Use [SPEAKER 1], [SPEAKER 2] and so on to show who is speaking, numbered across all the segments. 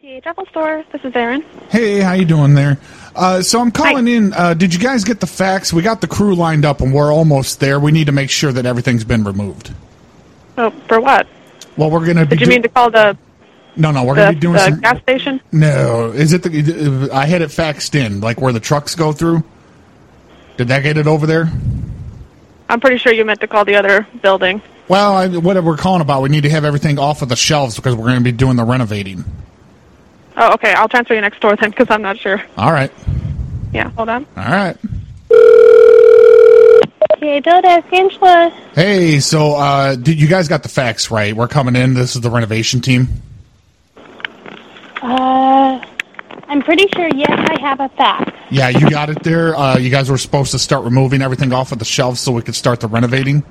[SPEAKER 1] PA Travel Store. This is Erin.
[SPEAKER 2] Hey, how you doing there? Uh, so I'm calling in. Uh, did you guys get the facts? We got the crew lined up, and we're almost there. We need to make sure that everything's been removed.
[SPEAKER 1] Oh, for what?
[SPEAKER 2] Well, we're gonna. Be
[SPEAKER 1] Did you
[SPEAKER 2] do-
[SPEAKER 1] mean to call the
[SPEAKER 2] No, no, we're
[SPEAKER 1] the,
[SPEAKER 2] gonna be doing
[SPEAKER 1] the
[SPEAKER 2] some.
[SPEAKER 1] gas station?
[SPEAKER 2] No, is it the? I had it faxed in, like where the trucks go through. Did that get it over there?
[SPEAKER 1] I'm pretty sure you meant to call the other building.
[SPEAKER 2] Well, I, what we're calling about, we need to have everything off of the shelves because we're going to be doing the renovating.
[SPEAKER 1] Oh, okay. I'll transfer you next door then, because I'm not sure.
[SPEAKER 2] All right,
[SPEAKER 1] Yeah, hold on.
[SPEAKER 2] all right.
[SPEAKER 3] PA Builders, Angela.
[SPEAKER 2] Hey, so uh, did you guys got the facts right? We're coming in. This is the renovation team.
[SPEAKER 3] Uh, I'm pretty sure, yes, I have a fax.
[SPEAKER 2] Yeah, you got it there. Uh, you guys were supposed to start removing everything off of the shelves so we could start the renovating.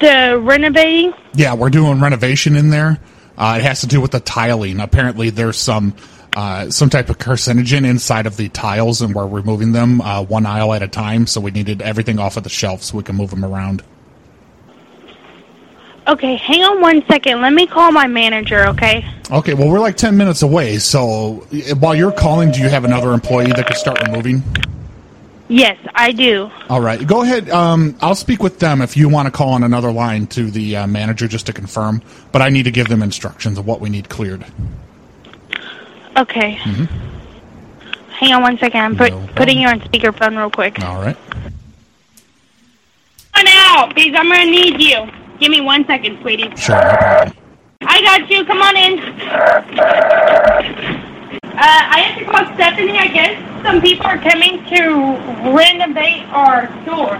[SPEAKER 3] The renovating?
[SPEAKER 2] Yeah, we're doing renovation in there. Uh, it has to do with the tiling. Apparently, there's some uh, some type of carcinogen inside of the tiles, and we're removing them uh, one aisle at a time. So we needed everything off of the shelf so we can move them around.
[SPEAKER 3] Okay, hang on one second. Let me call my manager, okay?
[SPEAKER 2] Okay, well, we're like 10 minutes away, so uh, while you're calling, do you have another employee that could start removing?
[SPEAKER 3] Yes, I do.
[SPEAKER 2] All right, go ahead. Um, I'll speak with them if you want to call on another line to the uh, manager just to confirm, but I need to give them instructions of what we need cleared.
[SPEAKER 3] Okay. Hang on one second. I'm put,
[SPEAKER 2] Mm-hmm. No problem.
[SPEAKER 3] putting you on speakerphone real quick.
[SPEAKER 2] All right.
[SPEAKER 3] Come on out, because I'm going to need you. Give me one second, sweetie.
[SPEAKER 2] Sure, no problem.
[SPEAKER 3] I got you. Come on in. Uh, I have to call Stephanie, I guess. Some people are coming to renovate our store.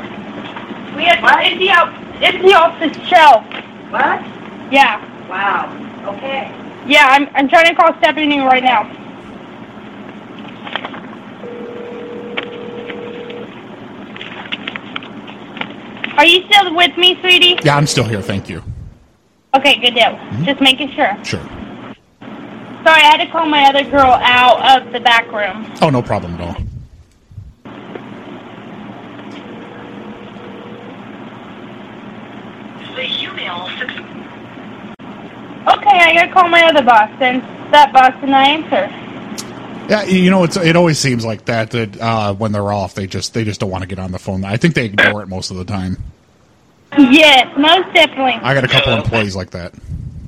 [SPEAKER 3] We have to empty out, empty off the shelf.
[SPEAKER 4] What?
[SPEAKER 3] Yeah.
[SPEAKER 4] Wow. Okay.
[SPEAKER 3] Yeah, I'm, I'm trying to call Stephanie right now. Are you still with me, sweetie?
[SPEAKER 2] Yeah, I'm still here. Thank you.
[SPEAKER 3] Okay, good deal. Just making sure.
[SPEAKER 2] Sure.
[SPEAKER 3] Sorry, I had to call my other girl out of the back room.
[SPEAKER 2] Oh, no problem at all.
[SPEAKER 4] The email success.
[SPEAKER 3] Okay, I gotta call my other boss then. That boss did not answer.
[SPEAKER 2] Yeah, you know, it's it always seems like that that uh, when they're off, they just they just don't want to get on the phone. I think they ignore it most of the time.
[SPEAKER 3] Yes, most definitely.
[SPEAKER 2] I got a couple employees like that.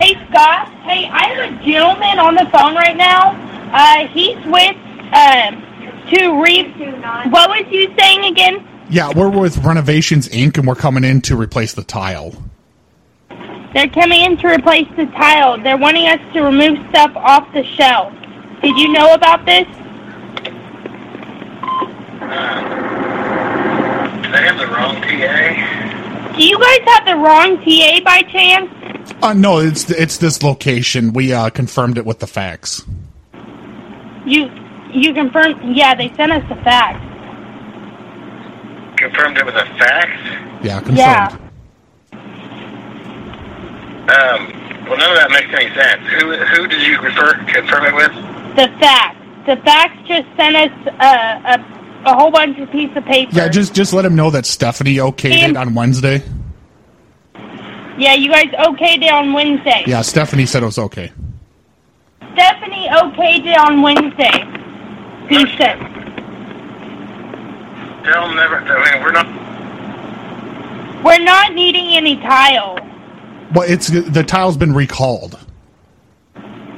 [SPEAKER 3] Hey Scott, hey, I have a gentleman on the phone right now. Uh, he's with um to re. What was you saying again?
[SPEAKER 2] Yeah, we're with Renovations Inc. and we're coming in to replace the tile.
[SPEAKER 3] They're coming in to replace the tile. They're wanting us to remove stuff off the shelf. Did you know about this?
[SPEAKER 5] They have the wrong PA.
[SPEAKER 3] Do you guys have the wrong TA by chance?
[SPEAKER 2] Uh, no, it's it's this location. We uh, confirmed it with the facts.
[SPEAKER 3] You you confirmed? Yeah, they sent us the fax.
[SPEAKER 5] Confirmed it with a fax.
[SPEAKER 2] Yeah, confirmed.
[SPEAKER 3] Yeah.
[SPEAKER 5] Um, well, none of that makes any sense. Who who did you refer confirm it with?
[SPEAKER 3] The fax. The fax just sent us a, a, a whole bunch of piece of paper.
[SPEAKER 2] Yeah, just just let him know that Stephanie okayed it
[SPEAKER 3] And-
[SPEAKER 2] on Wednesday.
[SPEAKER 3] Yeah, you guys okayed it on Wednesday.
[SPEAKER 2] Yeah, Stephanie said it was okay.
[SPEAKER 3] Stephanie okayed it on Wednesday. He said.
[SPEAKER 5] Tell them never. I mean, we're not.
[SPEAKER 3] We're not needing any tile.
[SPEAKER 2] Well, it's the tile's been recalled.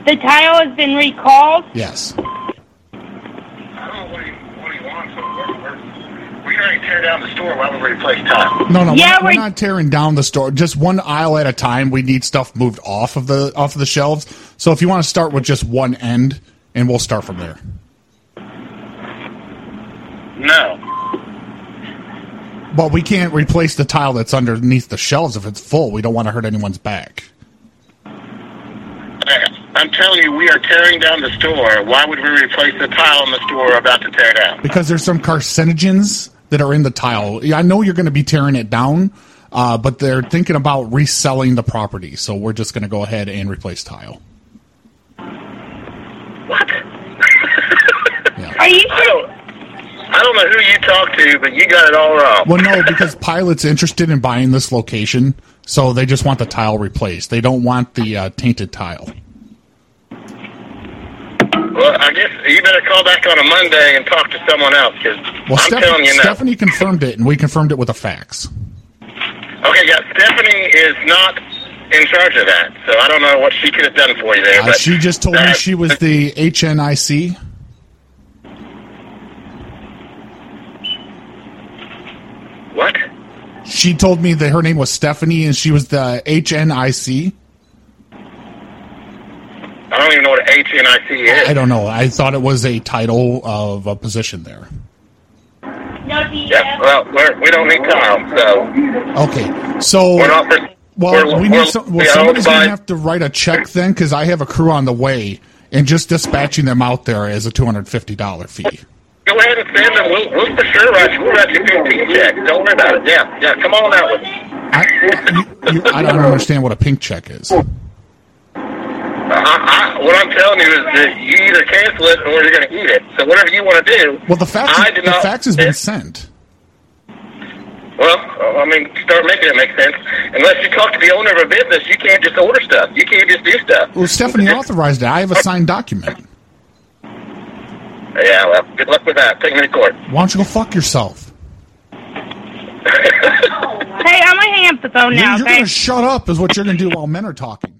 [SPEAKER 3] The tile has been recalled.
[SPEAKER 2] Yes.
[SPEAKER 5] I don't know what he, what he wants. But we're, we're, we already tear down the store. Why would we replace tile?
[SPEAKER 2] No, no, we're
[SPEAKER 3] Yeah,
[SPEAKER 2] not- we're,
[SPEAKER 3] we're-
[SPEAKER 2] not tearing down the store. Just one aisle at a time. We need stuff moved off of the off of the shelves. So if you want to start with just one end, and we'll start from there.
[SPEAKER 5] No.
[SPEAKER 2] But we can't replace the tile that's underneath the shelves if it's full. We don't want to hurt anyone's back.
[SPEAKER 5] I- I'm telling you, we are tearing down the store. Why would we replace the tile in the store we're about to tear down?
[SPEAKER 2] because there's some carcinogens that are in the tile. I know you're going to be tearing it down, uh, but they're thinking about reselling the property. So we're just going to go ahead and replace tile.
[SPEAKER 5] What?
[SPEAKER 3] Are you
[SPEAKER 5] I
[SPEAKER 3] sure?
[SPEAKER 5] don't. I don't know who you talked to, but you got it all wrong.
[SPEAKER 2] Well, no, because Pilot's interested in buying this location, So they just want the tile replaced. They don't want the uh, tainted tile.
[SPEAKER 5] Well, I guess you better call back on a Monday and talk to someone else because
[SPEAKER 2] Well,
[SPEAKER 5] I'm telling
[SPEAKER 2] Stephanie,
[SPEAKER 5] you now.
[SPEAKER 2] Stephanie confirmed it, and we confirmed it with a fax.
[SPEAKER 5] Okay, yeah, Stephanie is not in charge of that, so I don't know what she could have done for you there.
[SPEAKER 2] Uh,
[SPEAKER 5] but
[SPEAKER 2] she just told me
[SPEAKER 5] that-
[SPEAKER 2] she was the HNIC.
[SPEAKER 5] What?
[SPEAKER 2] She told me that her name was Stephanie, and she was the HNIC.
[SPEAKER 5] I don't even know what HNIC is.
[SPEAKER 2] I don't know. I thought it was a title of a position there.
[SPEAKER 3] No, the
[SPEAKER 5] Yeah, well, we're, we don't need time, so
[SPEAKER 2] Okay, so
[SPEAKER 5] we're not. For,
[SPEAKER 2] well,
[SPEAKER 5] we're,
[SPEAKER 2] we
[SPEAKER 5] we're,
[SPEAKER 2] need some. Well,
[SPEAKER 5] yeah,
[SPEAKER 2] somebody's
[SPEAKER 5] by-
[SPEAKER 2] gonna have to write a check then, because I have a crew on the way, and just dispatching them out there is a two hundred fifty dollar fee.
[SPEAKER 5] Go ahead and send them. We'll, we'll for sure write you. We'll write you 15 checks. Don't worry about it. Yeah, yeah. Come on out with it.
[SPEAKER 2] I, you, you, I don't understand what a pink check is.
[SPEAKER 5] I, I, what I'm telling you is that you either cancel it or you're going to eat it. So whatever you want to do.
[SPEAKER 2] Well, the fax
[SPEAKER 5] I do
[SPEAKER 2] the
[SPEAKER 5] not-
[SPEAKER 2] fax has been sent.
[SPEAKER 5] Well, I mean, start making it make sense. Unless you talk to the owner of a business, you can't just order stuff. You can't just do stuff.
[SPEAKER 2] Well, Stephanie authorized it. I have a signed document.
[SPEAKER 5] Yeah, well, good luck with that. Take me to court.
[SPEAKER 2] Why don't you go fuck yourself?
[SPEAKER 3] Hey, I'm gonna hang up the phone
[SPEAKER 2] You're,
[SPEAKER 3] now.
[SPEAKER 2] you're
[SPEAKER 3] okay?
[SPEAKER 2] gonna shut up is what you're gonna do while men are talking.